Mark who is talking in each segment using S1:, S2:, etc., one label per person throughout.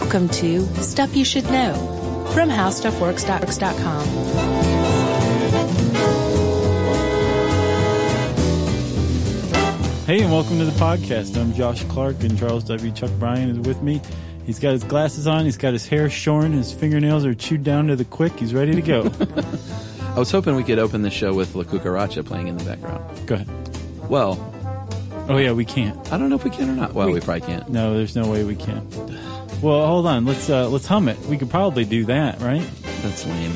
S1: Welcome to Stuff You Should Know from HowStuffWorks.com.
S2: Hey, and welcome to the podcast. I'm Josh Clark, and Charles W. Chuck Bryan is with me. He's got his glasses on, he's got his hair shorn, his fingernails are chewed down to the quick. He's ready to go.
S3: I was hoping we could open the show with La Cucaracha playing in the background.
S2: go ahead.
S3: Well,
S2: Oh, yeah, we can't.
S3: I don't know if we can or not. Well, we probably can't.
S2: No, there's no way we can. Well, hold on. Let's uh, let's hum it. We could probably do that, right?
S3: That's lame.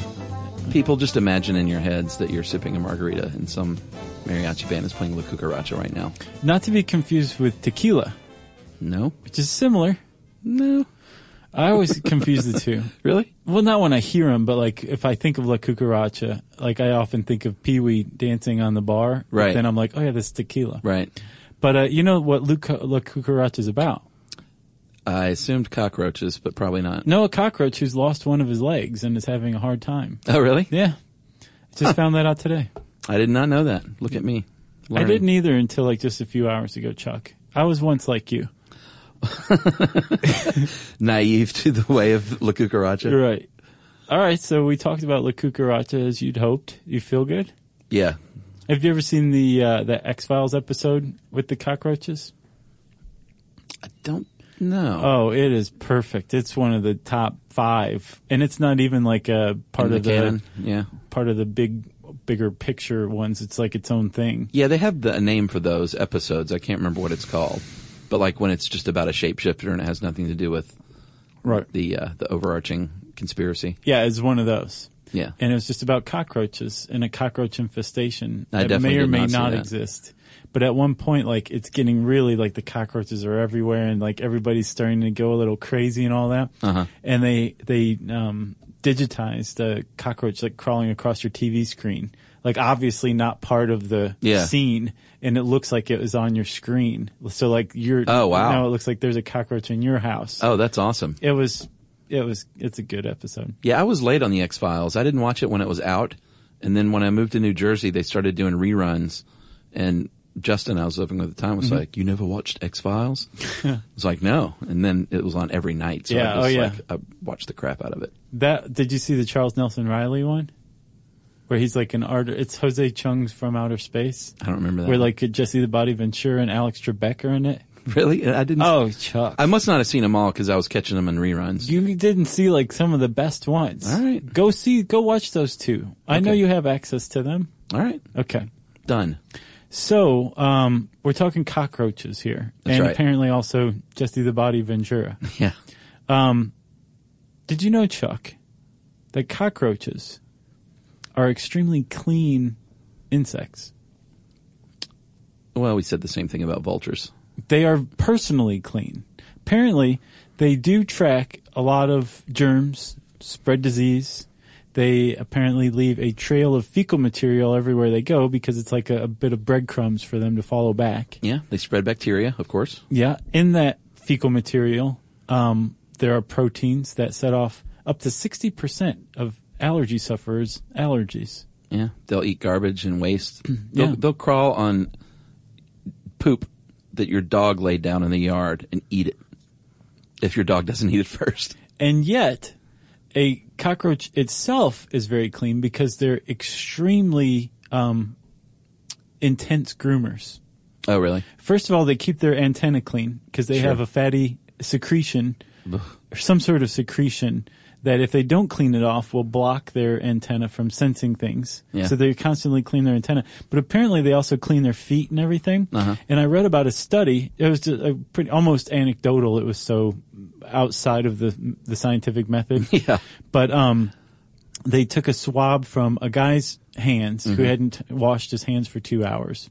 S3: People, just imagine in your heads that you're sipping a margarita and some mariachi band is playing La Cucaracha right now.
S2: Not to be confused with tequila,
S3: No?
S2: which is similar.
S3: No.
S2: I always confuse the two.
S3: Really?
S2: Well, not when I hear them, but like if I think of La Cucaracha, like I often think of Pee Wee dancing on the bar. but
S3: Right.
S2: then I'm like, oh yeah, that's tequila.
S3: Right.
S2: But uh, you know what Luca, La Cucaracha is about?
S3: I assumed cockroaches, but probably not.
S2: No, a cockroach who's lost one of his legs and is having a hard time.
S3: Oh, really?
S2: Yeah. I just found that out today.
S3: I did not know that. Look at me.
S2: I didn't e- either until like just a few hours ago, Chuck. I was once like you.
S3: Naive to the way of La Cucaracha.
S2: You're right. All right, so we talked about La Cucaracha as you'd hoped. You feel good?
S3: Yeah.
S2: Have you ever seen the uh, the X Files episode with the cockroaches?
S3: I don't know.
S2: Oh, it is perfect. It's one of the top five, and it's not even like a part
S3: In the
S2: of the
S3: canon. Yeah.
S2: part of the big bigger picture ones. It's like its own thing.
S3: Yeah, they have the, a name for those episodes. I can't remember what it's called, but like when it's just about a shapeshifter and it has nothing to do with
S2: Right.
S3: the uh, the overarching conspiracy.
S2: Yeah, it's one of those.
S3: Yeah,
S2: And it was just about cockroaches and a cockroach infestation
S3: I
S2: that
S3: definitely
S2: may or
S3: did
S2: may
S3: not see
S2: not
S3: that.
S2: exist. But at one point, like it's getting really like the cockroaches are everywhere, and like everybody's starting to go a little crazy and all that.
S3: Uh-huh.
S2: And they they um, digitized the cockroach like crawling across your TV screen, like obviously not part of the
S3: Yeah.
S2: scene, and it looks like it was on your screen. So like you're
S3: Oh, wow.
S2: now it looks like there's a cockroach in your house.
S3: Oh, that's awesome.
S2: It was it was it's a good episode.
S3: Yeah, I was late on the X Files. I didn't watch it when it was out, and then when I moved to New Jersey, they started doing reruns. And Justin, I was living with at the time, was
S2: Mm-hmm.
S3: like, "You never watched X Files?" I was like, "No." And then it was on every night. So
S2: Yeah,
S3: I just,
S2: oh, yeah.
S3: Like, I watched the crap out of it.
S2: That did you see the Charles Nelson Riley one, where he's like an art? It's Jose Chung's from Outer Space,
S3: I don't remember that.
S2: where like Jesse the Body Ventura and Alex Trebek are in it.
S3: really? I didn't.
S2: Oh, Chuck,
S3: I must not have seen them all because I was catching them in reruns.
S2: you didn't see like some of the best ones.
S3: All right.
S2: go see, go watch those two. I know
S3: Okay.
S2: you have access to them.
S3: All right,
S2: Okay,
S3: done.
S2: so um, we're talking cockroaches here,
S3: That's
S2: and
S3: right.
S2: apparently also Jesse the Body Ventura.
S3: Yeah.
S2: Did you know, Chuck, that cockroaches are extremely clean insects?
S3: Well, we said the same thing about vultures.
S2: they are personally clean. Apparently, they do track a lot of germs, spread disease. They apparently leave a trail of fecal material everywhere they go because it's like a, a bit of breadcrumbs for them to follow back.
S3: Yeah, they spread bacteria, of course.
S2: Yeah, in that fecal material, um, there are proteins that set off up to 60% of allergy sufferers' allergies.
S3: Yeah, they'll eat garbage and waste.
S2: Yeah.
S3: They'll, they'll crawl on poop that your dog laid down in the yard and eat it if your dog doesn't eat it first.
S2: and yet a cockroach itself is very clean because they're extremely um, intense groomers.
S3: Oh, really?
S2: First of all, they keep their antenna clean because they
S3: Sure.
S2: have a fatty secretion or some sort of secretion that if they don't clean it off will block their antenna from sensing things.
S3: Yeah.
S2: So they constantly clean their antenna. But apparently they also clean their feet and everything.
S3: Uh-huh.
S2: And I read about a study. It was just a pretty almost anecdotal. It was so outside of the the scientific method.
S3: Yeah.
S2: But um, they took a swab from a guy's hands who hadn't washed his hands for two hours,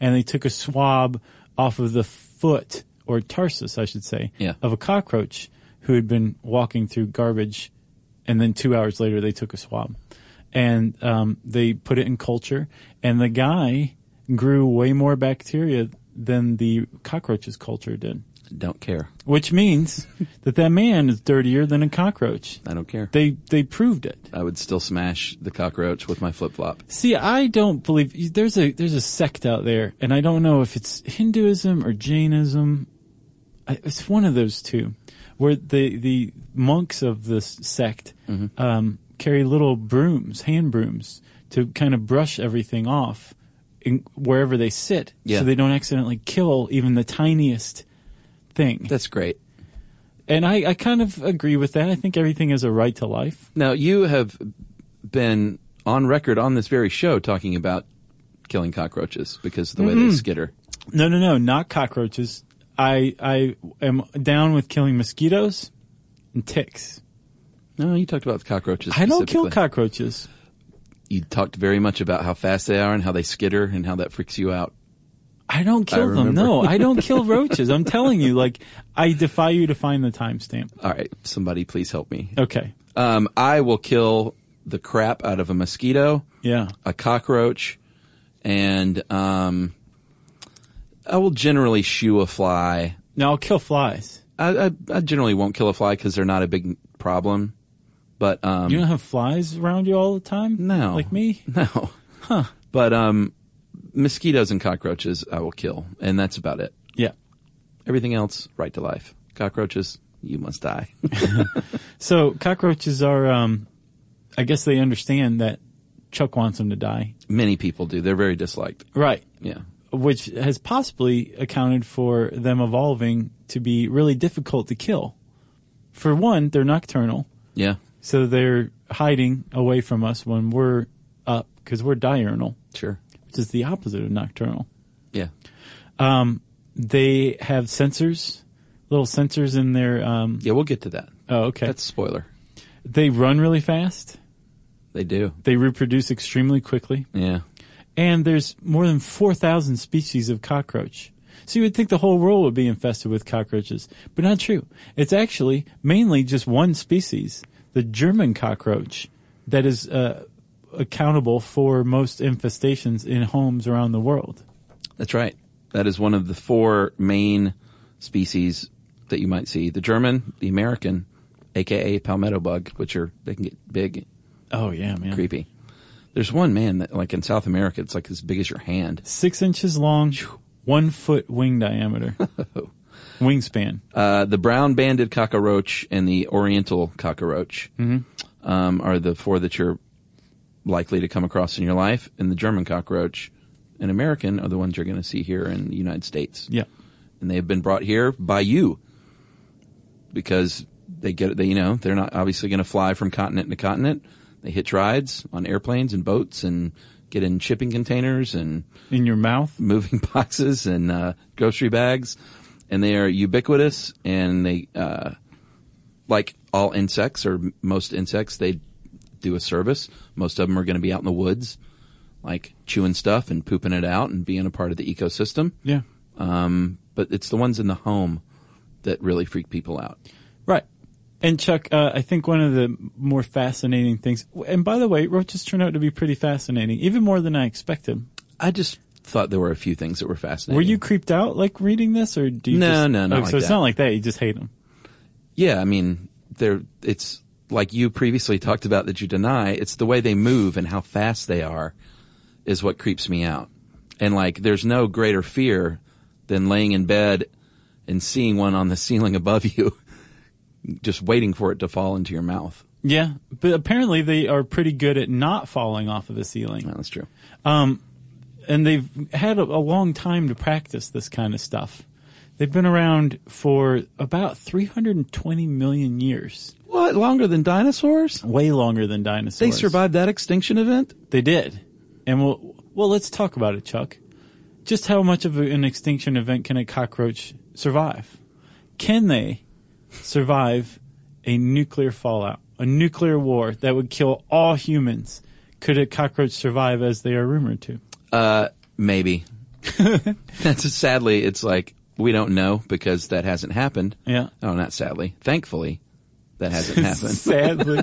S2: and they took a swab off of the foot or tarsus, I should say,
S3: Yeah.
S2: of a cockroach who had been walking through garbage, and then two hours later they took a swab, and um, they put it in culture, and the guy grew way more bacteria than the cockroach's culture did.
S3: Don't care.
S2: Which means that that man is dirtier than a cockroach.
S3: I don't care.
S2: They they proved it.
S3: I would still smash the cockroach with my flip flop.
S2: See, I don't believe there's a there's a sect out there, and I don't know if it's Hinduism or Jainism. I- it's one of those two where the the monks of this sect um, carry little brooms, hand brooms, to kind of brush everything off in, wherever they sit,
S3: Yeah.
S2: so they don't accidentally kill even the tiniest thing.
S3: That's great.
S2: and I, I kind of agree with that. I think everything has a right to life.
S3: Now, you have been on record on this very show talking about killing cockroaches because of the way
S2: Mm-hmm.
S3: they skitter.
S2: No, no, no, not cockroaches. I I am down with killing mosquitoes and ticks.
S3: No, you talked about the cockroaches.
S2: I don't kill
S3: specifically.
S2: cockroaches.
S3: You talked very much about how fast they are and how they skitter and how that freaks you out.
S2: I don't kill them.
S3: remember.
S2: No, I don't kill roaches. I'm telling you, like, I defy you to find the timestamp.
S3: All right, somebody please help me.
S2: Okay.
S3: Um, I will kill the crap out of a mosquito,
S2: Yeah.
S3: a cockroach, and um, I will generally shoo a fly.
S2: Now I'll kill flies.
S3: I, I, I generally won't kill a fly because they're not a big problem. But um,
S2: You don't have flies around you all the time?
S3: No.
S2: Like me?
S3: No. Huh. But um, mosquitoes and cockroaches I will kill, and that's about it.
S2: Yeah.
S3: Everything else, right to life. Cockroaches, you must die.
S2: So cockroaches are, um, I guess they understand that Chuck wants them to die.
S3: Many people do. They're very disliked.
S2: Right.
S3: Yeah.
S2: Which has possibly accounted for them evolving to be really difficult to kill. For one, they're nocturnal.
S3: Yeah.
S2: So they're hiding away from us when we're up because we're diurnal,
S3: Sure.
S2: which is the opposite of nocturnal.
S3: Yeah.
S2: They have sensors, little sensors in their. Um,
S3: Yeah, we'll get to that.
S2: oh, okay.
S3: That's a spoiler.
S2: they run really fast.
S3: They do.
S2: They reproduce extremely quickly,
S3: Yeah.
S2: and there's more than four thousand species of cockroach. So you would think the whole world would be infested with cockroaches, but not true. It's actually mainly just one species, the German cockroach, that is uh, accountable for most infestations in homes around the world.
S3: That's right. That is one of the four main species that you might see. The German, the American, aka palmetto bug, which are they can get big,
S2: Oh yeah, man.
S3: creepy. There's one man that like in South America, it's like as big as your hand.
S2: six inches long, one foot wing diameter, wingspan.
S3: Uh, the brown banded cockroach and the oriental cockroach um, are the four that you're likely to come across in your life. And the German cockroach and American are the ones you're going to see here in the United States.
S2: Yeah,
S3: And they have been brought here by you because they get they you know they're not obviously going to fly from continent to continent. They hitch rides on airplanes and boats and get in shipping containers and
S2: in your mouth.
S3: moving boxes and uh, grocery bags, and they are ubiquitous. And they, uh, like all insects or m- most insects, they do a service. Most of them are going to be out in the woods, like chewing stuff and pooping it out and being a part of the ecosystem.
S2: Yeah,
S3: Um, but it's the ones in the home that really freak people out.
S2: right. And Chuck, uh, I think one of the more fascinating things, and by the way, roaches turn out to be pretty fascinating, even more than I expected.
S3: I just thought there were a few things that were fascinating.
S2: Were you creeped out like reading this, or do you?
S3: No,
S2: just,
S3: no, not
S2: Oh,
S3: like
S2: so it's
S3: that.
S2: not like that. You just hate them.
S3: Yeah, I mean, they're it's like you previously talked about that you deny. It's the way they move and how fast they are is what creeps me out. And like, there's no greater fear than laying in bed and seeing one on the ceiling above you, just waiting for it to fall into your mouth.
S2: Yeah, but apparently they are pretty good at not falling off of the ceiling.
S3: No, that's true.
S2: and they've had a, a long time to practice this kind of stuff. They've been around for about 320 million years,
S3: What longer than dinosaurs?
S2: way longer than dinosaurs.
S3: They survived that extinction event.
S2: They did, and well, well, let's talk about it, Chuck. Just how much of an extinction event can a cockroach survive? Can they survive a nuclear fallout, a nuclear war that would kill all humans? Could a cockroach survive as they are rumored to?
S3: Uh, maybe. That's sadly, it's like we don't know because that hasn't happened.
S2: Yeah.
S3: Oh, not sadly. Thankfully, that hasn't happened.
S2: Sadly.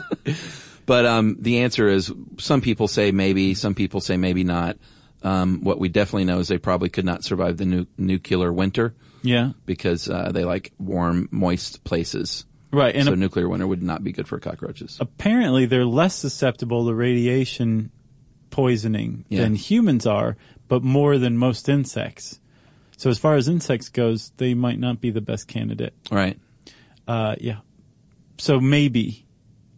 S3: But um, the answer is some people say maybe, some people say maybe not. Um, what we definitely know is they probably could not survive the nu- nuclear winter
S2: yeah.
S3: because uh, they like warm, moist places.
S2: Right. And
S3: so
S2: a-
S3: nuclear winter would not be good for cockroaches.
S2: apparently they're less susceptible to radiation poisoning
S3: Yeah.
S2: than humans are, but more than most insects. So as far as insects goes, they might not be the best candidate.
S3: Right.
S2: Uh, yeah. So maybe,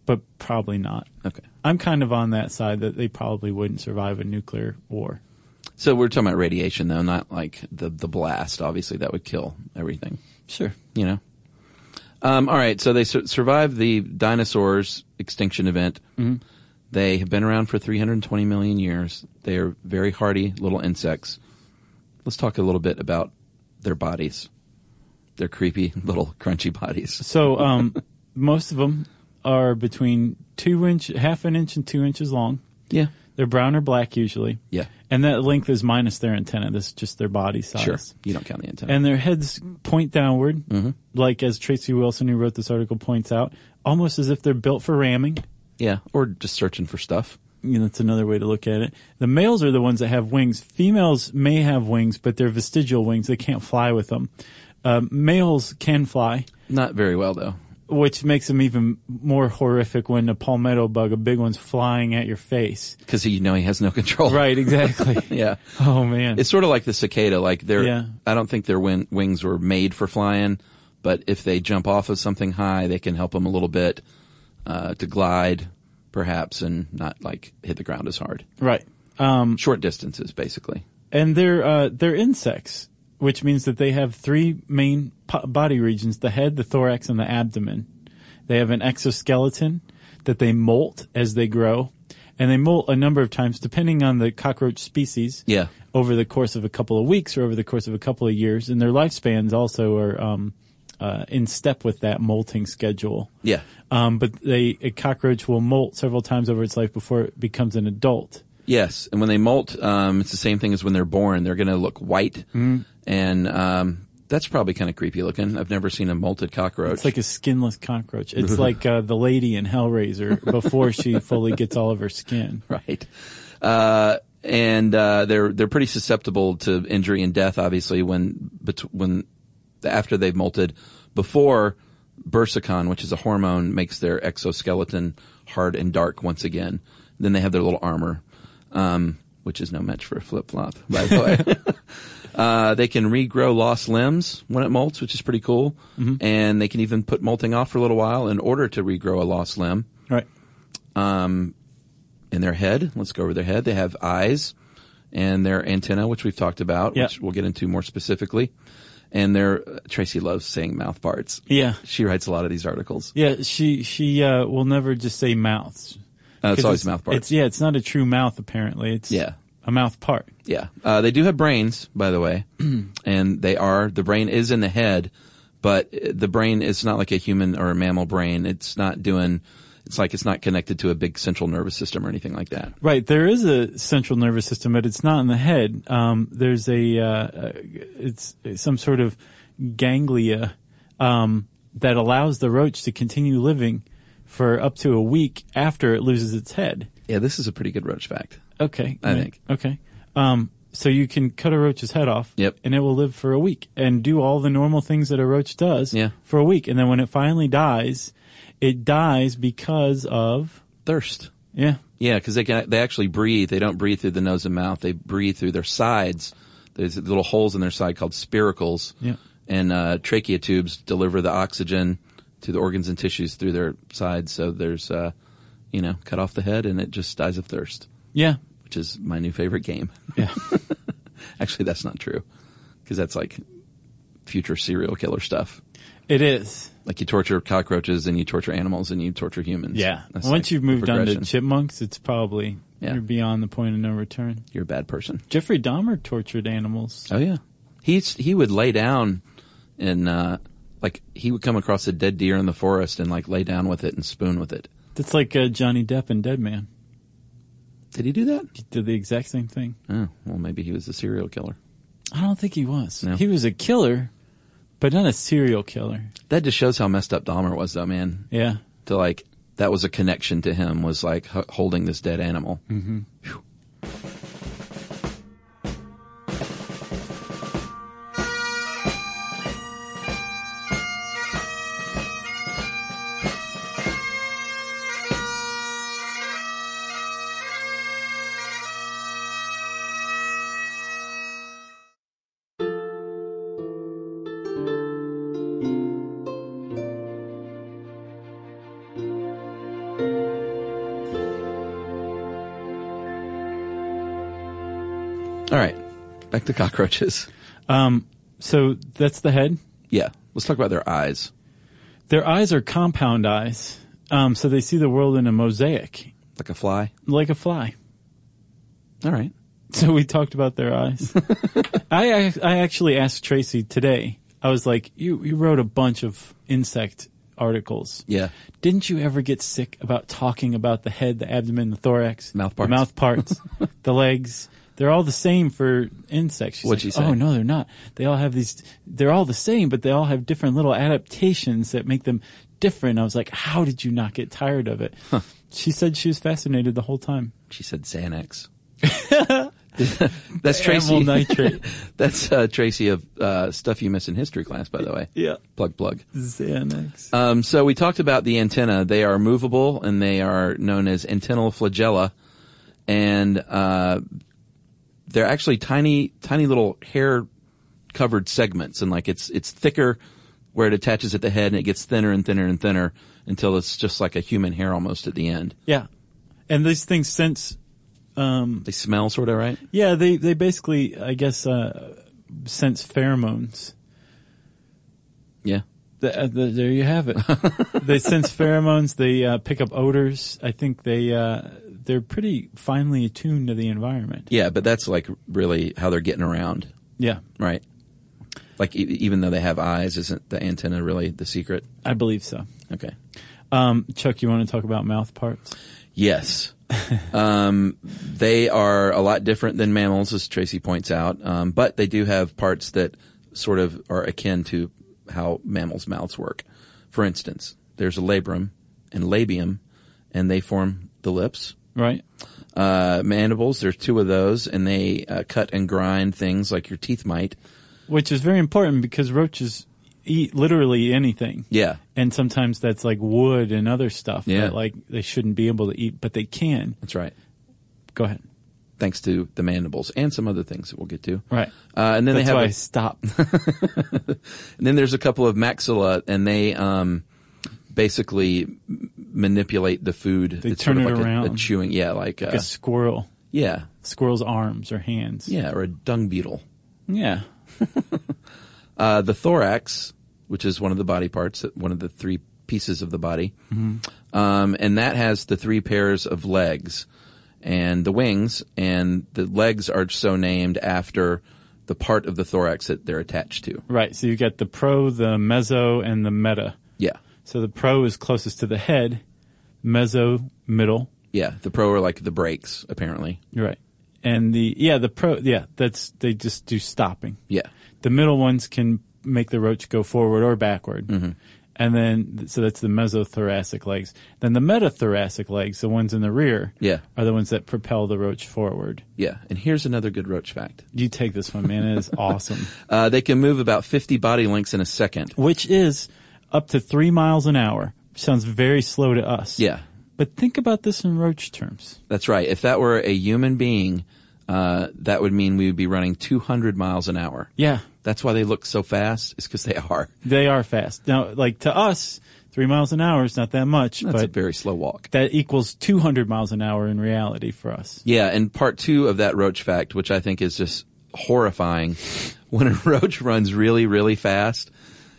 S2: but probably not.
S3: Okay.
S2: I'm kind of on that side that they probably wouldn't survive a nuclear war.
S3: So we're talking about radiation though, not like the the blast. Obviously, that would kill everything.
S2: Sure.
S3: You know. Um, all right. So they sur- survived the dinosaurs extinction event.
S2: Mm-hmm.
S3: They have been around for 320 million years. They are very hardy little insects. Let's talk a little bit about their bodies. Their creepy little crunchy bodies.
S2: So um, most of them are between two inch, half an inch, and two inches long.
S3: Yeah.
S2: They're brown or black usually.
S3: Yeah.
S2: And that length is minus their antenna. This is just their body size.
S3: Sure. You don't count the antenna.
S2: And their heads point downward, like as Tracy Wilson, who wrote this article, points out, almost as if they're built for ramming.
S3: yeah. Or just searching for stuff.
S2: You know, that's another way to look at it. The males are the ones that have wings. Females may have wings, but they're vestigial wings. They can't fly with them. Uh, males can fly,
S3: Not very well though.
S2: which makes them even more horrific when a palmetto bug, a big one's flying at your face.
S3: Because you know he has no control.
S2: Right, exactly.
S3: Yeah.
S2: Oh man.
S3: It's sort of like the cicada. Like their,
S2: Yeah.
S3: I don't think their win- wings were made for flying, but if they jump off of something high, they can help them a little bit uh, to glide, perhaps, and not like hit the ground as hard.
S2: right.
S3: Short distances, basically.
S2: and they're uh, they're insects, which means that they have three main po- body regions: the head, the thorax, and the abdomen. They have an exoskeleton that they molt as they grow, and they molt a number of times, depending on the cockroach species.
S3: Yeah.
S2: Over the course of a couple of weeks or over the course of a couple of years, and their lifespans also are um, uh, in step with that molting schedule.
S3: Yeah.
S2: Um, but they a cockroach will molt several times over its life before it becomes an adult.
S3: Yes. And when they molt, um, it's the same thing as when they're born. They're going to look white, and um, that's probably kind of creepy looking. I've never seen a molted cockroach.
S2: It's like a skinless cockroach. It's like uh, the lady in Hellraiser before she fully gets all of her skin.
S3: right? Uh, and uh, they're they're pretty susceptible to injury and death, obviously, when bet- when after they've molted. Before bursicon, which is a hormone, makes their exoskeleton hard and dark once again. Then they have their little armor, um, which is no match for a flip flop, by the way. Uh, they can regrow lost limbs when it molts, which is pretty cool. And they can even put molting off for a little while in order to regrow a lost limb
S2: Right.
S3: in their head. Let's go over their head. They have eyes and their antenna, which we've talked about,
S2: Yeah.
S3: which we'll get into more specifically. And their Tracy loves saying mouth parts.
S2: Yeah.
S3: She writes a lot of these articles.
S2: Yeah. She she uh, will never just say mouths.
S3: Uh, it's
S2: 'Cause
S3: always mouth
S2: It's,
S3: parts.
S2: yeah. It's not a true mouth apparently. It's
S3: Yeah.
S2: a mouth part.
S3: Yeah. Uh, they do have brains, by the way. and they are, the brain is in the head, but uh, the brain is not like a human or a mammal brain. It's not doing, it's like it's not connected to a big central nervous system or anything like that.
S2: Right. There is a central nervous system, but it's not in the head. Um, there's a, uh, uh, it's it's some sort of ganglia, um, that allows the roach to continue living for up to a week after it loses its head.
S3: Yeah, this is a pretty good roach fact.
S2: Okay.
S3: I
S2: Yeah.
S3: think.
S2: Okay. Um, so you can cut a roach's head off.
S3: Yep.
S2: And it will live for a week and do all the normal things that a roach does
S3: Yeah.
S2: for a week. And then when it finally dies, it dies because of,
S3: Thirst.
S2: yeah,
S3: Yeah, because they can they actually breathe. They don't breathe through the nose and mouth. They breathe through their sides. There's little holes in their side called spiracles.
S2: Yeah.
S3: And uh, trachea tubes deliver the oxygen to the organs and tissues through their sides. So there's, uh, you know, cut off the head and it just dies of thirst,
S2: yeah,
S3: which is my new favorite game.
S2: yeah.
S3: actually, that's not true because that's like future serial killer stuff.
S2: it is.
S3: Like you torture cockroaches and you torture animals and you torture humans.
S2: Yeah.
S3: That's
S2: Once
S3: like
S2: you've
S3: the
S2: moved on to
S3: progression.
S2: chipmunks, it's probably
S3: Yeah.
S2: you're beyond the point of no return.
S3: you're a bad person.
S2: Jeffrey Dahmer tortured animals.
S3: Oh yeah, he's he would lay down and uh, like he would come across a dead deer in the forest and like lay down with it and spoon with it.
S2: That's like uh, Johnny Depp and Dead Man.
S3: Did he do that?
S2: He did the exact same thing.
S3: Oh well, maybe he was a serial killer.
S2: I don't think he was.
S3: No.
S2: He was a killer, but not a serial killer.
S3: That just shows how messed up Dahmer was, though, man.
S2: Yeah.
S3: To like that was a connection to him was like h- holding this dead animal. Mm-hmm. All right, back to cockroaches.
S2: Um, So that's the head.
S3: Yeah, let's talk about their eyes.
S2: Their eyes are compound eyes. Um, so they see the world in a mosaic,
S3: Like a fly.
S2: like a fly.
S3: All right.
S2: So we talked about their eyes. I, I I actually asked Tracy today. I was like, "You you wrote a bunch of insect articles.
S3: Yeah.
S2: Didn't you ever get sick about talking about the head, the abdomen, the thorax,
S3: Mouth
S2: the
S3: parts.
S2: mouth parts, the legs? They're all the same for insects." She's
S3: What'd
S2: like,
S3: she say?
S2: Oh no, they're not. They all have these. They're all the same, but they all have different little adaptations that make them different. I was like, "How did you not get tired of it?" She said she was fascinated the whole time.
S3: She said Xanax. That's Tracy.
S2: Amyl nitrate.
S3: That's uh, Tracy of uh, stuff you miss in history class, by the way.
S2: Yeah.
S3: Plug plug.
S2: Xanax.
S3: Um, so we talked about the antenna. They are movable and they are known as antennal flagella, and uh, they're actually tiny, tiny little hair-covered segments. And like it's it's thicker where it attaches at the head, and it gets thinner and thinner and thinner until it's just like a human hair almost at the end.
S2: Yeah. And these things sense,
S3: They smell sort of right.
S2: yeah, they, they basically, I guess, uh, sense pheromones.
S3: Yeah.
S2: The, uh, the, there you have it. they sense pheromones. They uh, pick up odors. I think they uh, they're pretty finely attuned to the environment.
S3: Yeah, but that's like really how they're getting around,
S2: Yeah,
S3: right? Like e- even though they have eyes, isn't the antenna really the secret?
S2: I believe so.
S3: Okay.
S2: Um, Chuck, you want to talk about mouth parts?
S3: Yes. um, they are a lot different than mammals, as Tracy points out, um, but they do have parts that sort of are akin to how mammals' mouths work. For instance, there's a labrum and labium, and they form the lips.
S2: Right.
S3: Uh, mandibles, there's two of those, and they uh, cut and grind things like your teeth might.
S2: Which is very important because roaches eat literally anything.
S3: Yeah.
S2: And sometimes that's like wood and other stuff
S3: Yeah.
S2: that like they shouldn't be able to eat, but they can.
S3: That's right.
S2: Go ahead.
S3: Thanks to the mandibles and some other things that we'll get to.
S2: Right.
S3: Uh, and then
S2: That's
S3: they have
S2: why
S3: a-
S2: I stopped.
S3: And then there's a couple of maxilla, and they um, basically m- manipulate the food.
S2: They
S3: sort
S2: turn
S3: of
S2: it
S3: like a- A,
S2: around.
S3: chewing, yeah, like, uh,
S2: a squirrel.
S3: yeah,
S2: Squirrel's arms or hands.
S3: yeah, or a dung beetle.
S2: Yeah.
S3: Uh, the thorax, which is one of the body parts, one of the three pieces of the body,
S2: Mm-hmm.
S3: um, and that has the three pairs of legs and the wings, and the legs are so named after the part of the thorax that they're attached to.
S2: Right. So you got the pro, the meso, and the meta.
S3: Yeah,
S2: So the pro is closest to the head, meso, middle.
S3: yeah. The pro are like the brakes, apparently.
S2: You're right. And the, yeah, the pro, yeah, that's, they just do stopping.
S3: Yeah,
S2: The middle ones can make the roach go forward or backward. And then, so that's the mesothoracic legs. Then the metathoracic legs, the ones in the rear,
S3: Yeah.
S2: are the ones that propel the roach forward.
S3: yeah. And here's another good roach fact.
S2: You take this one, man. It is awesome.
S3: Uh, they can move about 50 body lengths in a second.
S2: Which is up to three miles an hour. Sounds very slow to us.
S3: Yeah,
S2: But think about this in roach terms.
S3: that's right. If that were a human being, uh, that would mean we would be running 200 miles an hour.
S2: Yeah.
S3: That's why they look so fast, is because they are.
S2: They are fast. Now, like to us, three miles an hour is not that much,
S3: That's a
S2: but
S3: very slow walk.
S2: that equals 200 miles an hour in reality for us.
S3: Yeah, and part two of that roach fact, which I think is just horrifying, when a roach runs really, really fast,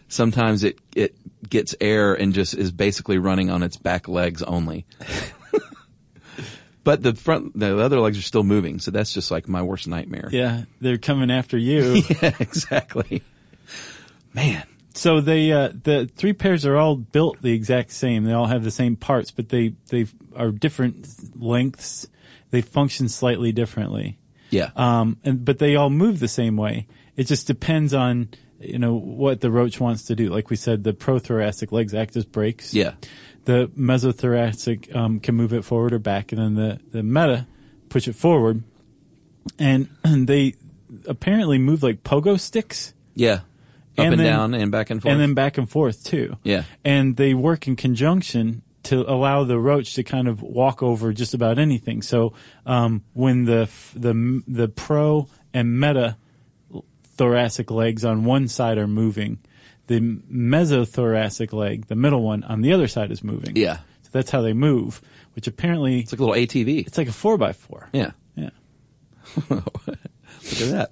S3: sometimes it, it gets air and just is basically running on its back legs only. but the front, the other legs are still moving, so that's just like my worst nightmare.
S2: Yeah. They're coming after you.
S3: Yeah, exactly. Man.
S2: So they uh, the three pairs are all built the exact same. They all have the same parts, but they they are different lengths. They function slightly differently.
S3: Yeah.
S2: Um, and but they all move the same way. It just depends on you know what the roach wants to do. Like we said, the prothoracic legs act as brakes.
S3: yeah.
S2: The mesothoracic um, can move it forward or back, and then the the meta push it forward. And they apparently move like pogo sticks
S3: Yeah. Up
S2: And
S3: and
S2: then-
S3: down and back and forth.
S2: and then back and forth too.
S3: Yeah.
S2: And they work in conjunction to allow the roach to kind of walk over just about anything. So um, when the f- the the pro and meta thoracic legs on one side are moving, the mesothoracic leg, the middle one on the other side is moving.
S3: yeah.
S2: So that's how they move, which apparently
S3: It's like a little ATV.
S2: it's like a four by four.
S3: Yeah.
S2: Yeah.
S3: Look at that.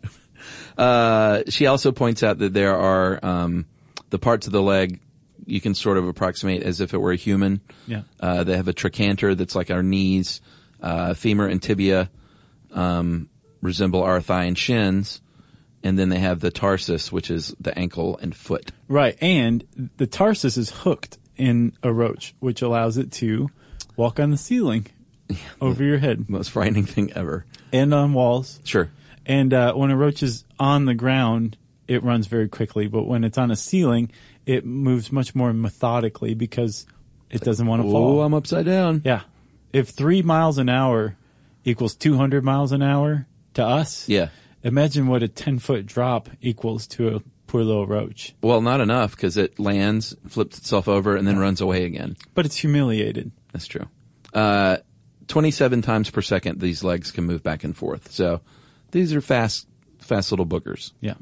S3: Uh, she also points out that there are um, the parts of the leg you can sort of approximate as if it were a human.
S2: Yeah.
S3: Uh, they have a trochanter that's like our knees, uh, femur and tibia um, resemble our thigh and shins, and then they have the tarsus, which is the ankle and foot.
S2: Right, and the tarsus is hooked in a roach, which allows it to walk on the ceiling over your head
S3: Most frightening thing ever.
S2: and on walls.
S3: Sure.
S2: And uh, when a roach is on the ground, it runs very quickly, but when it's on a ceiling, it moves much more methodically because it doesn't want to fall.
S3: Oh, I'm upside down.
S2: yeah, if three miles an hour equals 200 miles an hour to us,
S3: Yeah.
S2: imagine what a 10 foot drop equals to a poor little roach.
S3: Well, not enough because it lands, flips itself over, and then runs away again.
S2: But it's humiliated.
S3: That's true. Uh, 27 times per second, these legs can move back and forth. So these are fast, fast little boogers,
S2: Yeah.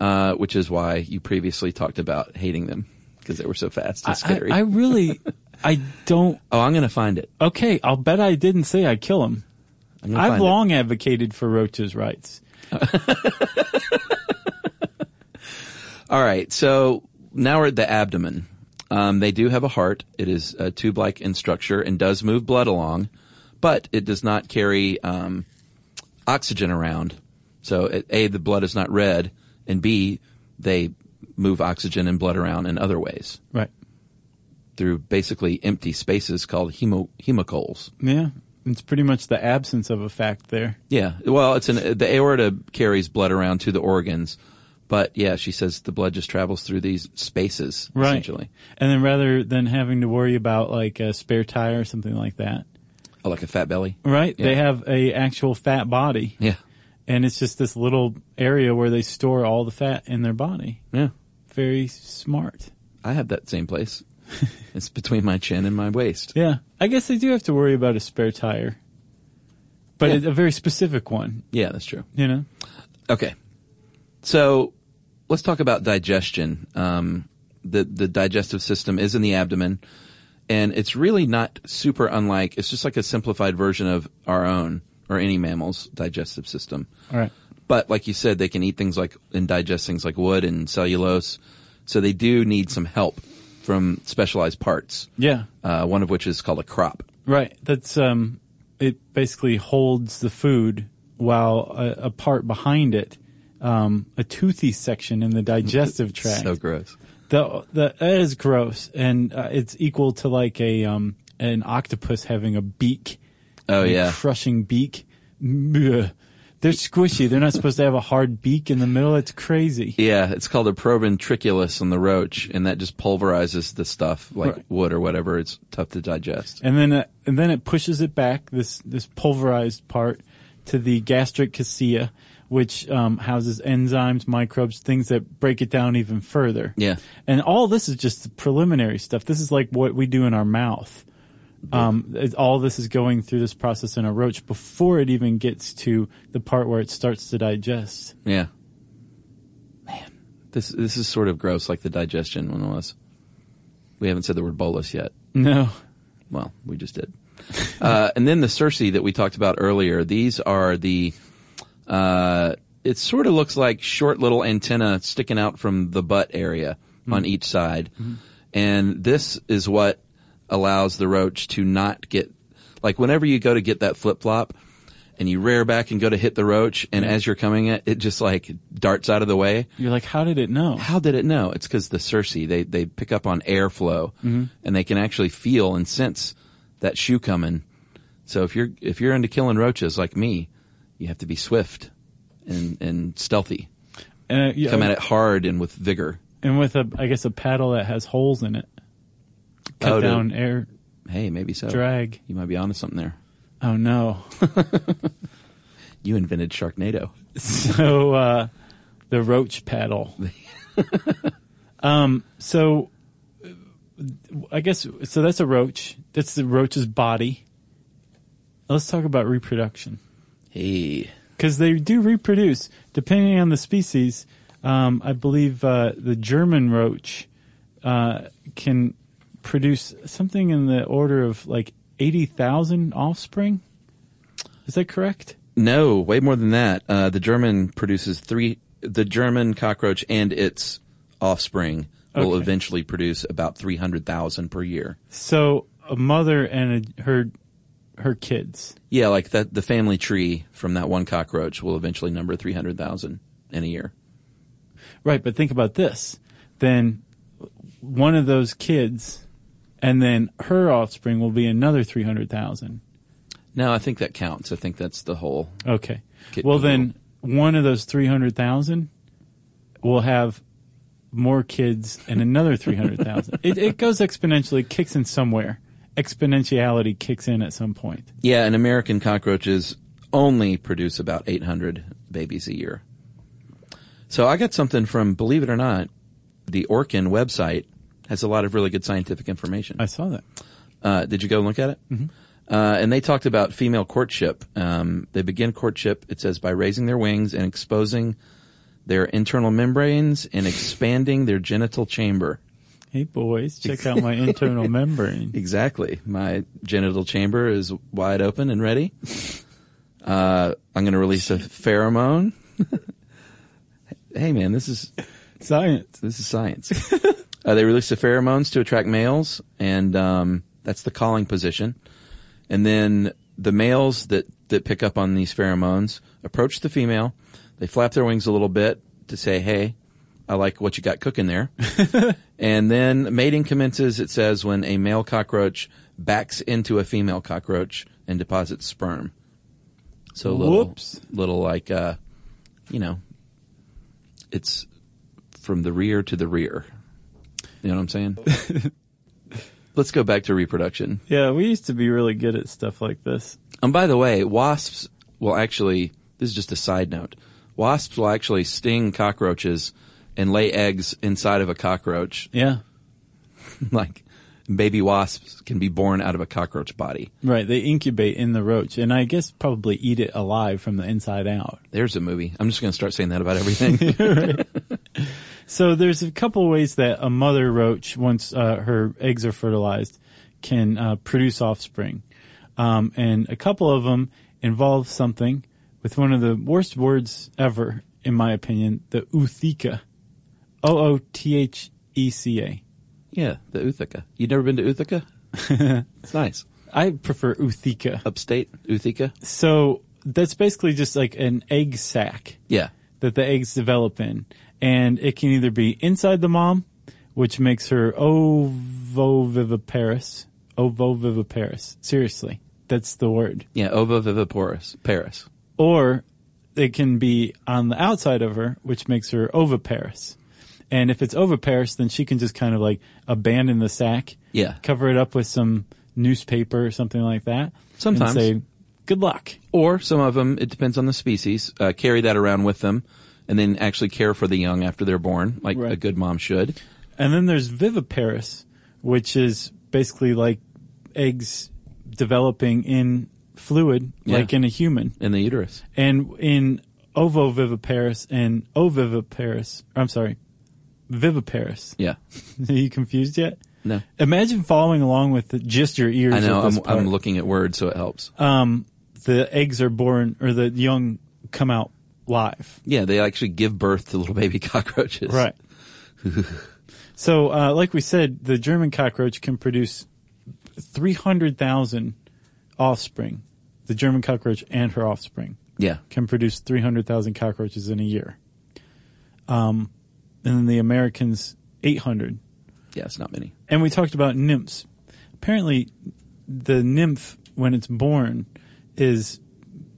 S3: uh, which is why you previously talked about hating them because they were so fast and
S2: I,
S3: scary.
S2: I really, I don't.
S3: oh, I'm going to find it.
S2: Okay, I'll bet I didn't say I kill him.
S3: I'm gonna
S2: I've
S3: find it.
S2: long advocated for roaches' rights.
S3: All right. So now we're at the abdomen. Um, they do have a heart. It is uh, tube-like in structure and does move blood along, but it does not carry um, oxygen around. So it, a the blood is not red, and b they move oxygen and blood around in other ways
S2: Right.
S3: through basically empty spaces called hemo, hemocoles.
S2: Yeah. It's pretty much the absence of a fact there.
S3: Yeah. Well, it's an the aorta carries blood around to the organs, but yeah, she says the blood just travels through these spaces essentially.
S2: And then rather than having to worry about like a spare tire or something like that,
S3: Oh, like a fat belly.
S2: right? They
S3: Yeah.
S2: have a actual fat body
S3: Yeah.
S2: and it's just this little area where they store all the fat in their body.
S3: Yeah.
S2: Very smart.
S3: I have that same place. it's between my chin and my waist.
S2: Yeah. I guess they do have to worry about a spare tire, but
S3: Yeah.
S2: it- a very specific one,
S3: Yeah, that's true.
S2: you know?
S3: Okay. So let's talk about digestion. Um, the, the digestive system is in the abdomen and it's really not super unlike, it's just like a simplified version of our own or any mammal's digestive system.
S2: All right.
S3: But like you said, they can eat things like and digest things like wood and cellulose. So they do need some help from specialized parts.
S2: Yeah.
S3: Uh, one of which is called a crop.
S2: Right. That's um, it. Basically, holds the food while a, a part behind it, um, a toothy section in the digestive tract.
S3: So gross.
S2: the, the that is gross, and uh, it's equal to like a um, an octopus having a beak.
S3: Oh
S2: a
S3: yeah.
S2: crushing beak. Bleh. They're squishy. They're not supposed to have a hard beak in the middle. It's crazy.
S3: Yeah, it's called a proventriculus on the roach, and that just pulverizes the stuff like
S2: Right.
S3: wood or whatever. It's tough to digest.
S2: and then it, and then it pushes it back this this pulverized part to the gastric cassia, which um, houses enzymes, microbes, things that break it down even further.
S3: Yeah.
S2: and all this is just the preliminary stuff. This is like what we do in our mouth. Um, it- all this is going through this process in a roach before it even gets to the part where it starts to digest.
S3: Yeah, man, this this is sort of gross, like the digestion one was. We haven't said the word bolus yet.
S2: No,
S3: Well, we just did. uh, and then the cerci that we talked about earlier. These are the. Uh, it sort of looks like short little antenna sticking out from the butt area on each side, and this is what allows the roach to not get like whenever you go to get that flip flop. And you rear back and go to hit the roach, and as you're coming it, it just like darts out of the way
S2: you're like, how did it know?
S3: how did it know? It's because the Circe, they, they pick up on airflow
S2: Mm-hmm.
S3: and they can actually feel and sense that shoe coming. So if you're, if you're into killing roaches like me, you have to be swift and, and stealthy.
S2: Uh, yeah,
S3: Come at it hard and with vigor.
S2: and with a, I guess, a paddle that has holes in it, cut
S3: Oh, to-
S2: down air
S3: Hey, maybe so.
S2: drag.
S3: You might be onto something there.
S2: Oh no.
S3: You invented Sharknado.
S2: so uh, the roach paddle. um, so uh, I guess so. That's a roach. That's the roach's body. Let's talk about reproduction
S3: Hey.
S2: because they do reproduce depending on the species. Um, I believe uh, the German roach uh, can produce something in the order of like eighty thousand offspring. Is that correct?
S3: No, way more than that. Uh, the German produces three. The German cockroach and its offspring will
S2: Okay.
S3: eventually produce about three hundred thousand per year.
S2: So a mother and a, her her kids.
S3: Yeah, like that. The family tree from that one cockroach will eventually number three hundred thousand in a year.
S2: Right, but think about this. Then one of those kids and then her offspring will be another 300,000.
S3: No, I think that counts. I think that's the whole.
S2: Okay.
S3: Kid
S2: well, then one of those 300,000 will have more kids and another 300,000. it, it goes exponentially, it kicks in somewhere. Exponentiality kicks in at some point.
S3: Yeah, and American cockroaches only produce about eight hundred babies a year. So I got something from, believe it or not, the Orkin website has a lot of really good scientific information.
S2: I saw that.
S3: Uh, did you go and look at it? Mm-hmm. Uh, and they talked about female courtship. Um, they begin courtship, it says, by raising their wings and exposing their internal membranes and expanding their genital chamber.
S2: Hey, boys, check out my internal membrane.
S3: Exactly. My genital chamber is wide open and ready. Uh, I'm going to release a pheromone. hey, man, this is
S2: Science.
S3: This is science. uh, they release the pheromones to attract males, and um, that's the calling position. And then the males that, that pick up on these pheromones approach the female. They flap their wings a little bit to say, hey, I like what you got cooking there. and then mating commences, it says, when a male cockroach backs into a female cockroach and deposits sperm. So a little,
S2: Whoops.
S3: little like, uh, you know, it's from the rear to the rear. You know what I'm saying? Let's go back to reproduction.
S2: Yeah, we used to be really good at stuff like this.
S3: And by the way, wasps will actually, this is just a side note, wasps will actually sting cockroaches and lay eggs inside of a cockroach.
S2: Yeah.
S3: like baby wasps can be born out of a cockroach body.
S2: Right, they incubate in the roach, and I guess probably eat it alive from the inside out.
S3: There's a movie. I'm just going to start saying that about everything.
S2: So there's a couple ways that a mother roach, once uh, her eggs are fertilized, can uh, produce offspring, um, and a couple of them involve something with one of the worst words ever, in my opinion, the ootheca, o o t h e c a.
S3: yeah, the Uthaka. You've never been to Uthaka? it's nice.
S2: I prefer ootheca.
S3: Upstate Uthaka?
S2: So that's basically just like an egg sac.
S3: Yeah.
S2: that the eggs develop in. And it can either be inside the mom, which makes her ovoviviparous. Ovoviviparous. Seriously. That's the word.
S3: Yeah, ovoviviporous, Paris.
S2: Or it can be on the outside of her, which makes her oviparous. And if it's oviparous, then she can just kind of like abandon the sack.
S3: Yeah.
S2: Cover it up with some newspaper or something like that.
S3: Sometimes.
S2: And say, good luck.
S3: Or some of them, it depends on the species, uh, carry that around with them and then actually care for the young after they're born, like
S2: Right.
S3: a good mom should.
S2: And then there's viviparous, which is basically like eggs developing in fluid,
S3: Yeah.
S2: like in a human.
S3: In the uterus.
S2: And in ovoviviparous and oviviparous, I'm sorry, viviparous.
S3: Yeah.
S2: Are you confused yet?
S3: No.
S2: Imagine following along with the, just your ears.
S3: I know,
S2: at this
S3: I'm, I'm
S2: part. Uh,
S3: looking at words, so it helps.
S2: the eggs are born, or the young come out live.
S3: yeah, they actually give birth to little baby cockroaches.
S2: Right. so, uh, like we said, the German cockroach can produce 300,000 offspring. The German cockroach and her offspring
S3: Yeah.
S2: can produce 300,000 cockroaches in a year. Um, and then the Americans, 800.
S3: Yeah, it's not many.
S2: And we talked about nymphs. Apparently, the nymph, when it's born, is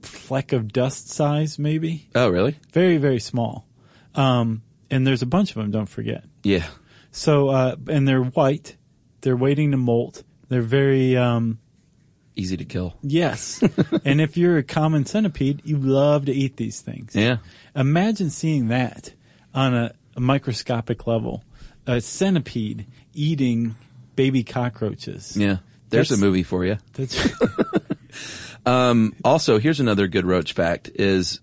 S2: fleck of dust size, maybe.
S3: Oh, really?
S2: Very, very small. Um, and there's a bunch of them, don't forget.
S3: Yeah.
S2: So, uh, and they're white. They're waiting to molt. They're very, um,
S3: Easy to kill.
S2: yes. and if you're a common centipede, you love to eat these things.
S3: Yeah.
S2: Imagine seeing that on a, a microscopic level. A centipede eating baby cockroaches.
S3: Yeah. There's
S2: That's-
S3: a movie for you.
S2: That's,
S3: Also, here's another good roach fact is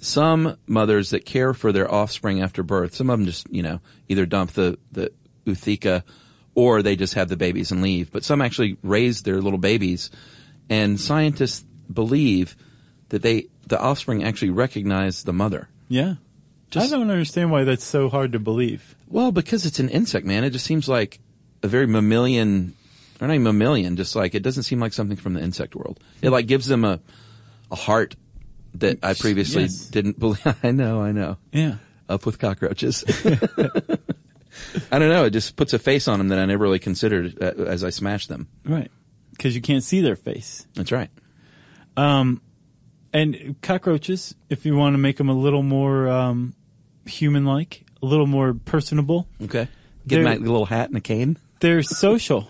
S3: some mothers that care for their offspring after birth, some of them just, you know, either dump the, the Uthika or they just have the babies and leave. But some actually raise their little babies and scientists believe that they the offspring actually recognize the mother.
S2: Yeah.
S3: Just-
S2: I don't understand why that's so hard to believe.
S3: Well, because it's an insect, man. It just seems like a very mammalian, or not even mammalian, just like it doesn't seem like something from the insect world. It like gives them a, a heart that I previously
S2: Yes.
S3: didn't believe. I know, I know.
S2: Yeah.
S3: Up with cockroaches. I don't know. It just puts a face on them that I never really considered uh, as I smashed them.
S2: Right. Because you can't see their face.
S3: That's right.
S2: And cockroaches, if you want to make them a little more um, human like, a little more personable,
S3: Okay. Get
S2: They're-
S3: my little hat and a cane.
S2: they're social.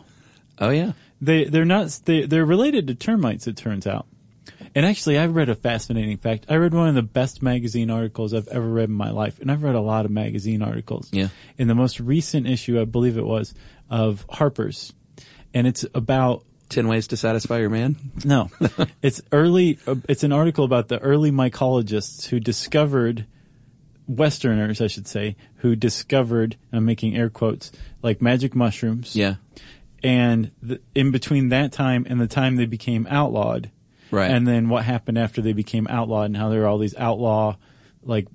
S3: Oh yeah.
S2: They they're not they they're related to termites. It turns out. And actually, I read a fascinating fact. I read one of the best magazine articles I've ever read in my life, and I've read a lot of magazine articles.
S3: Yeah.
S2: In the most recent issue, I believe it was of Harper's, and it's about
S3: Ten ways to satisfy your man.
S2: no, it's early. uh, It's an article about the early mycologists who discovered Westerners, I should say, who discovered. I'm making air quotes like magic mushrooms
S3: Yeah.
S2: and the, in between that time and the time they became outlawed,
S3: Right.
S2: And then what happened after they became outlawed, and how there were all these outlaw, like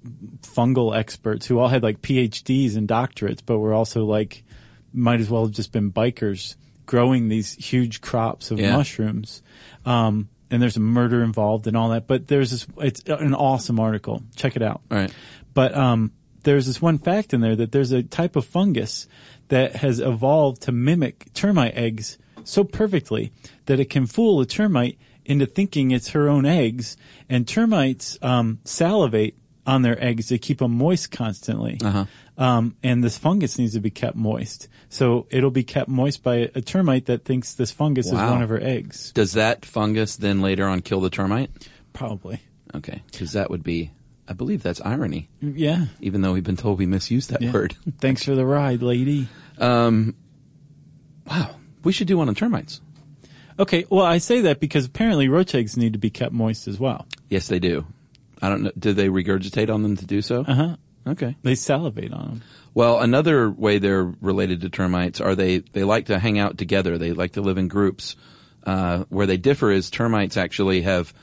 S2: fungal experts who all had like PhDs and doctorates, but were also like might as well have just been bikers growing these huge crops of
S3: Yeah.
S2: mushrooms. Um, and there's a murder involved and all that, but there's this. It's an awesome article. Check it out.
S3: All right.
S2: But um, there's this one fact in there that there's a type of fungus that has evolved to mimic termite eggs so perfectly that it can fool a termite into thinking it's her own eggs. And termites um, salivate on their eggs to keep them moist constantly. Um, and this fungus needs to be kept moist. So it'll be kept moist by a termite that thinks this fungus is
S3: Wow.
S2: one of her eggs.
S3: Does that fungus then later on kill the termite?
S2: Probably.
S3: Okay. Because that would be, I believe that's irony,
S2: Yeah.
S3: even though we've been told we misuse that
S2: yeah.
S3: word.
S2: Thanks for the ride, lady.
S3: Wow. We should do one on termites.
S2: Okay, well, I say that because apparently roach eggs need to be kept moist as well.
S3: Yes, they do. I don't know. Do they regurgitate on them to do so?
S2: Uh huh.
S3: Okay.
S2: They salivate on them.
S3: Well, another way they're related to termites are they, they like to hang out together. They like to live in groups. Uh, where they differ is termites actually have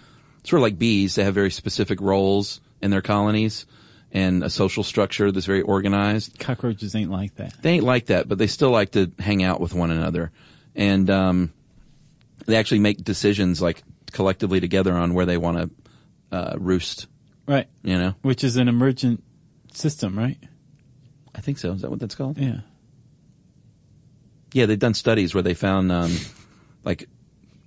S3: sort of like bees. They have very specific roles in their colonies and a social structure that's very organized.
S2: Cockroaches ain't like that.
S3: they ain't like that, but they still like to hang out with one another, and um, they actually make decisions like collectively together on where they want to uh, roost.
S2: Right.
S3: You know,
S2: Which is an emergent system, right?
S3: I think so. Is that what that's called?
S2: Yeah.
S3: Yeah, they've done studies where they found um, like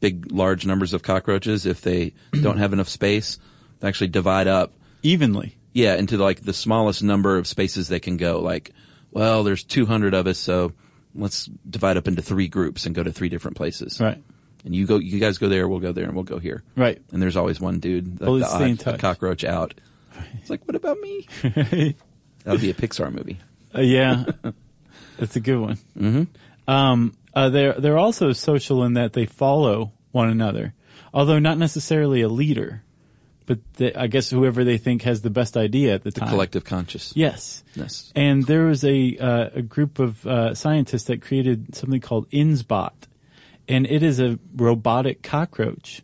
S3: big, large numbers of cockroaches if they don't have enough space, they actually divide up.
S2: Evenly.
S3: Yeah, into like the smallest number of spaces they can go. Like, well, there's 200 of us, so let's divide up into three groups and go to three different places.
S2: Right.
S3: and you go, you guys go there, we'll go there, and we'll go here.
S2: Right.
S3: And there's always one dude, the,
S2: Well,
S3: the
S2: let's stay in
S3: odd- the
S2: touch.
S3: cockroach out. It's like, what about me? that would be a Pixar movie.
S2: Uh, yeah. That's a good one. Mm-hmm. Um, uh, they're, they're also social in that they follow one another, although not necessarily a leader, but they, I guess whoever they think has the best idea at the time.
S3: Collective conscious.
S2: Yes.
S3: Yes.
S2: And there was a uh, a group of uh, scientists that created something called Insbot, and it is a robotic cockroach,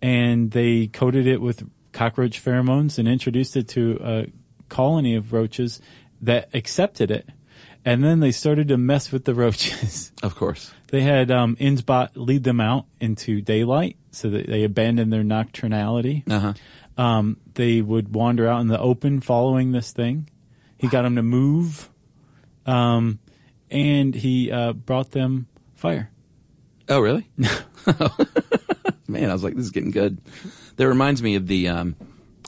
S2: and they coated it with cockroach pheromones and introduced it to a colony of roaches that accepted it, and then they started to mess with the roaches.
S3: Of course.
S2: They had um, Insbot lead them out into daylight so that they abandoned their nocturnality.
S3: Uh huh.
S2: Um, they would wander out in the open following this thing. He got them to move, um, and he uh, brought them fire.
S3: Oh, really? Man, I was like, this is getting good. That reminds me of the, um,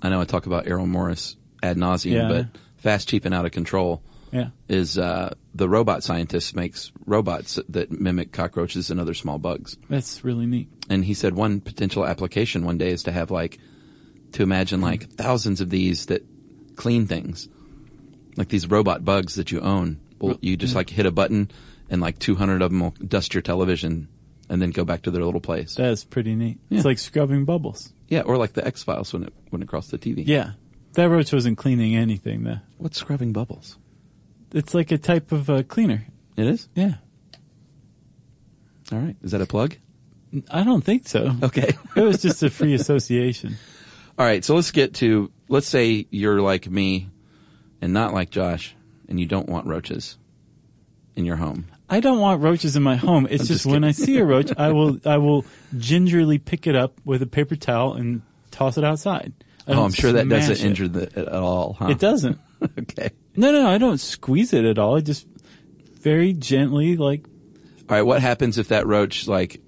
S3: I know I talk about Errol Morris ad nauseum,
S2: Yeah.
S3: but fast, cheap, and out of control
S2: Yeah.
S3: is uh, the robot scientist makes robots that mimic cockroaches and other small bugs.
S2: That's really neat.
S3: and he said one potential application one day is to have like to imagine like thousands of these that clean things like these robot bugs that you own well you just like hit a button and like 200 of them will dust your television and then go back to their little place
S2: That's pretty neat.
S3: Yeah.
S2: It's like scrubbing bubbles.
S3: yeah or like the x-files when it went across the tv
S2: Yeah. That roach wasn't cleaning anything though.
S3: what's scrubbing bubbles
S2: It's like a type of uh, cleaner.
S3: it is
S2: Yeah.
S3: all right is that a plug
S2: I don't think so.
S3: okay
S2: It was just a free association.
S3: All right, so let's get to let's say you're like me and not like Josh and you don't want roaches in your home.
S2: I don't want roaches in my home. It's just,
S3: just
S2: when I see a roach, I will I will gingerly pick it up with a paper towel and toss it outside. I
S3: Oh,
S2: don't
S3: I'm sure that
S2: smash
S3: doesn't
S2: it.
S3: injure the, at all, huh?
S2: It doesn't.
S3: okay.
S2: No, no, I don't squeeze it at all. I just very gently, like
S3: All right, what happens if that roach like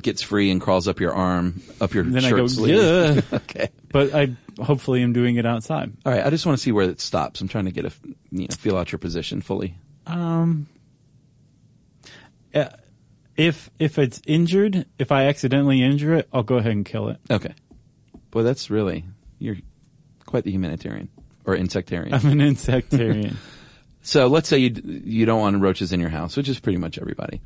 S3: gets free and crawls up your arm, up your
S2: then
S3: shirt
S2: I go,
S3: sleeve?
S2: yeah.
S3: Okay.
S2: But I hopefully am doing it outside.
S3: All right, I just want to see where it stops. I'm trying to get a f- you know, feel out your position fully.
S2: Uh, If if it's injured, if I accidentally injure it, I'll go ahead and kill it.
S3: Okay. Boy, that's really you're quite the humanitarian or insectarian.
S2: I'm an insectarian.
S3: So let's say you d- you don't want roaches in your house, which is pretty much everybody.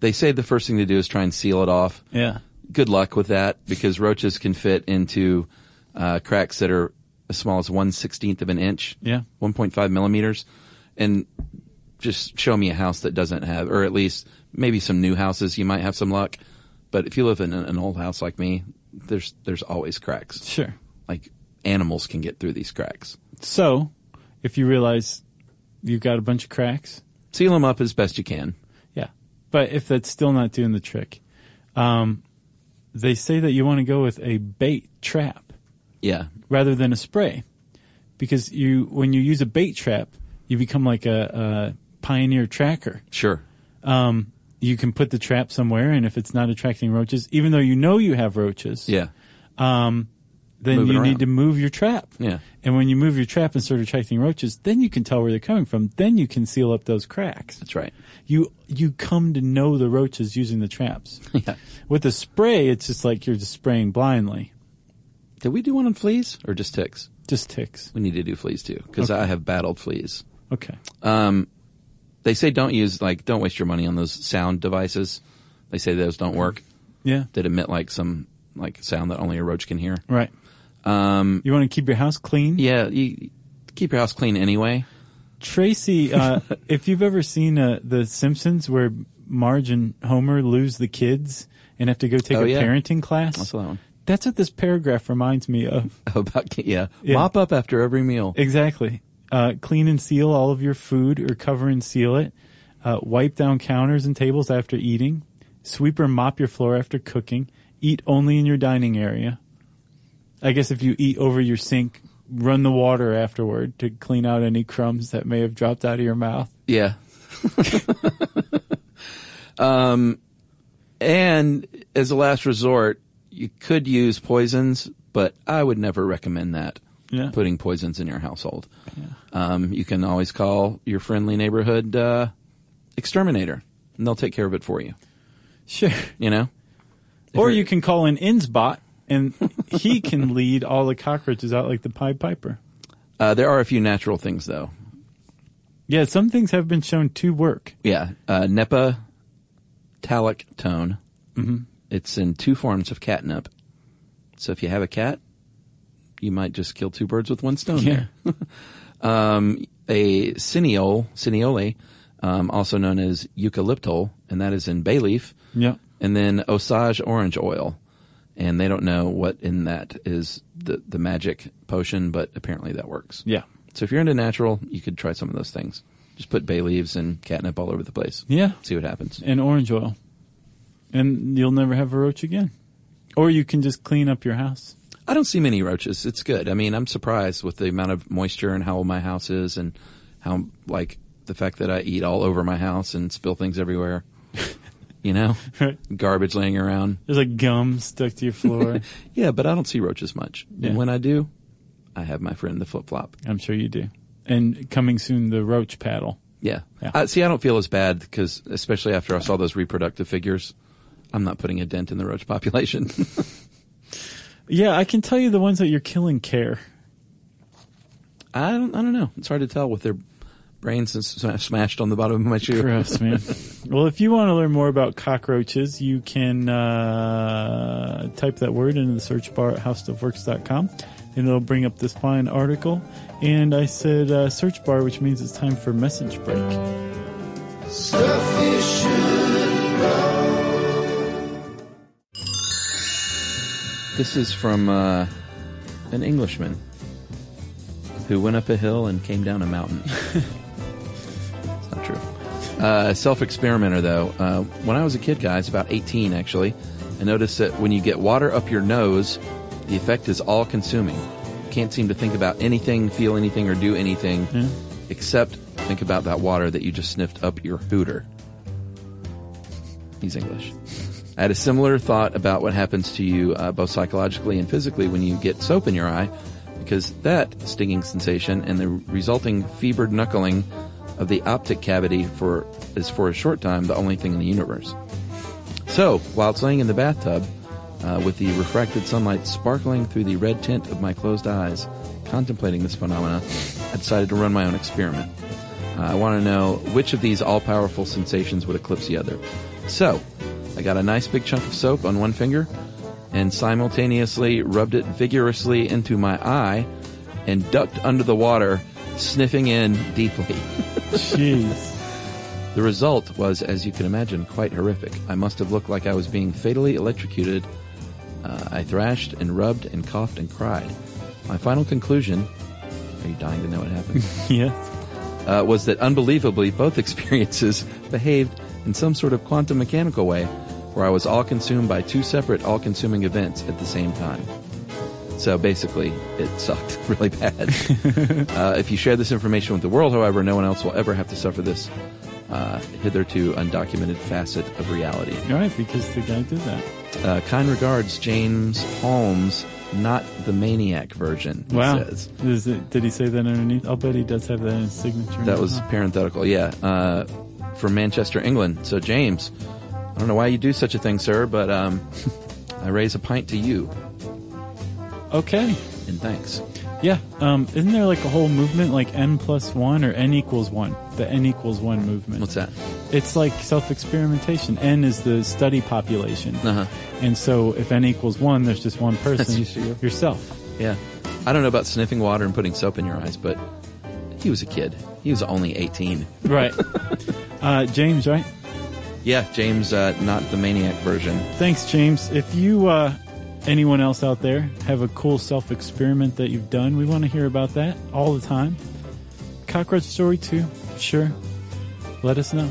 S3: They say the first thing to do is try and seal it off.
S2: yeah.
S3: Good luck with that because roaches can fit into uh, cracks that are as small as one sixteenth of an inch.
S2: Yeah.
S3: one point five millimeters, and just show me a house that doesn't have, or at least maybe some new houses. You might have some luck, but if you live in an an old house like me, there's there's always cracks.
S2: Sure.
S3: Like animals can get through these cracks.
S2: So, if you realize you've got a bunch of cracks,
S3: Seal them up as best you can.
S2: yeah. But if that's still not doing the trick, um, they say that you want to go with a bait trap
S3: Yeah,
S2: rather than a spray, because you when you use a bait trap, you become like a, a pioneer tracker.
S3: sure.
S2: You can put the trap somewhere, and if it's not attracting roaches, even though you know you have roaches,
S3: Yeah.
S2: then
S3: Move it
S2: you
S3: around.
S2: need to move your trap.
S3: Yeah.
S2: And when you move your trap and start attracting roaches, then you can tell where they're coming from. Then you can seal up those cracks.
S3: That's right.
S2: You you come to know the roaches using the traps.
S3: Yeah.
S2: With a spray, it's just like you're just spraying blindly.
S3: Did we do one on fleas or just ticks?
S2: Just ticks.
S3: We need to do fleas too because I have battled fleas.
S2: Okay.
S3: Um, They say don't use like don't waste your money on those sound devices. They say those don't work
S2: Yeah.
S3: that emit like some like sound that only a roach can hear.
S2: Right. Um, you want to keep your house clean?
S3: Yeah, you keep your house clean anyway.
S2: Tracy, uh, if you've ever seen uh, The Simpsons where Marge and Homer lose the kids and have to go take
S3: Oh,
S2: a
S3: yeah.
S2: parenting class,
S3: I saw that one.
S2: that's what this paragraph reminds me of.
S3: About yeah.
S2: Yeah.
S3: mop up after every meal.
S2: Exactly. Uh, clean and seal all of your food or cover and seal it. Uh, wipe down counters and tables after eating. Sweep or mop your floor after cooking. Eat only in your dining area. I guess if you eat over your sink, run the water afterward to clean out any crumbs that may have dropped out of your mouth.
S3: Yeah. um, Um, and as a last resort, you could use poisons, but I would never recommend that.
S2: Yeah.
S3: Putting poisons in your household. Um, you can always call your friendly neighborhood uh, exterminator, and they'll take care of it for you.
S2: Sure.
S3: You know,
S2: Or
S3: you're-
S2: you can call an Innsbot and he can lead all the cockroaches out like the Pied Piper.
S3: uh, there are a few natural things though.
S2: Yeah, some things have been shown to work.
S3: Yeah, uh, Nepa talic tone. It's in two forms of catnip. So if you have a cat, you might just kill two birds with one stone. There. Um, A cineole, cineole, um, also known as eucalyptol, and that is in bay leaf.
S2: Yeah.
S3: And then Osage orange oil, and they don't know what in that is the the magic potion, but apparently that works.
S2: Yeah.
S3: So if you're into natural, you could try some of those things. Just put bay leaves and catnip all over the place.
S2: Yeah.
S3: See what happens.
S2: and orange oil. And you'll never have a roach again. Or you can just clean up your house.
S3: I don't see many roaches. It's good. I mean, I'm surprised with the amount of moisture and how old my house is and how, like, the fact that I eat all over my house and spill things everywhere. you know?
S2: Right.
S3: Garbage laying around.
S2: There's like gum stuck to your floor.
S3: Yeah, but I don't see roaches much.
S2: Yeah.
S3: And when I do, I have my friend the flip flop.
S2: I'm sure you do. And coming soon, the roach paddle.
S3: Yeah.
S2: Yeah.
S3: I, see, I don't feel as bad because, especially after I saw those reproductive figures, I'm not putting a dent in the roach population.
S2: Yeah, I can tell you the ones that you're killing care.
S3: I don't. I don't know. It's hard to tell with their brains s- s- smashed on the bottom of my shoe.
S2: Gross, man. well, if you want to learn more about cockroaches, you can uh, type that word into the search bar at howstuffworks.com and it'll bring up this fine article. And I said uh, search bar, which means it's time for message break.
S4: Stuff you should
S3: This is from uh, an Englishman who went up a hill and came down a mountain. it's not true. Uh, Self experimenter, though. Uh, when I was a kid, guys, about 18 actually, I noticed that when you get water up your nose, the effect is all consuming. Can't seem to think about anything, feel anything, or do anything except think about that water that you just sniffed up your hooter. He's English. I had a similar thought about what happens to you uh, both psychologically and physically when you get soap in your eye, because that stinging sensation and the resulting fevered knuckling of the optic cavity for is for a short time the only thing in the universe. So, while it's laying in the bathtub, uh, with the refracted sunlight sparkling through the red tint of my closed eyes, contemplating this phenomena, I decided to run my own experiment. Uh, I want to know which of these all powerful sensations would eclipse the other. So, I got a nice big chunk of soap on one finger and simultaneously rubbed it vigorously into my eye and ducked under the water, sniffing in deeply.
S2: Jeez.
S3: The result was, as you can imagine, quite horrific. I must have looked like I was being fatally electrocuted. Uh, I thrashed and rubbed and coughed and cried. My final conclusion are you dying to know what happened?
S2: yeah.
S3: uh, was that unbelievably both experiences behaved in some sort of quantum mechanical way where I was all consumed by two separate all consuming events at the same time. So basically, it sucked really bad. uh, if you share this information with the world, however, no one else will ever have to suffer this uh, hitherto undocumented facet of reality.
S2: All right, because the guy did that.
S3: Uh, kind regards, James Holmes, not the maniac version. he
S2: Wow.
S3: says.
S2: Is it, did he say that underneath? I'll bet he does have that in his signature.
S3: That was parenthetical, yeah. Uh, from Manchester, England. So, James, I don't know why you do such a thing, sir, but um, I raise a pint to you,
S2: Okay.
S3: and thanks.
S2: Yeah. Um, isn't there like a whole movement like N plus one or N equals one? The N equals one movement.
S3: What's that?
S2: It's like self experimentation. N is the study population.
S3: Uh-huh.
S2: And so if N equals one, there's just one person,
S3: just you.
S2: yourself.
S3: Yeah. I don't know about sniffing water and putting soap in your eyes, but he was a kid. He was only 18.
S2: Right. uh, James, right?
S3: Yeah, James, uh, not the maniac version.
S2: Thanks, James. If you, uh, anyone else out there, have a cool self experiment that you've done, we want to hear about that all the time. Cockroach story, too. Sure. Let us know.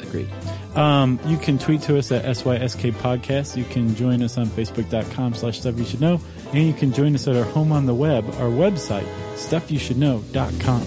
S3: Agreed.
S2: Um, you can tweet to us at SYSK Podcast. You can join us on Facebook.com slash Stuff You Should Know. And you can join us at our home on the web, our website, StuffYouShouldKnow.com.